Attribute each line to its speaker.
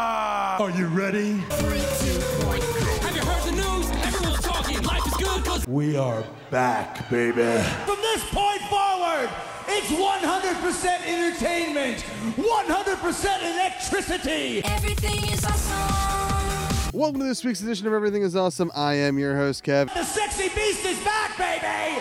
Speaker 1: Are you ready?
Speaker 2: Have you heard the news? Everyone's talking. Life is good because
Speaker 1: We are back, baby.
Speaker 3: From this point forward, it's 100% entertainment, 100% electricity.
Speaker 4: Everything is awesome.
Speaker 5: Welcome to this week's edition of Everything is Awesome. I am your host, Kev.
Speaker 3: The sexy beast is back, baby!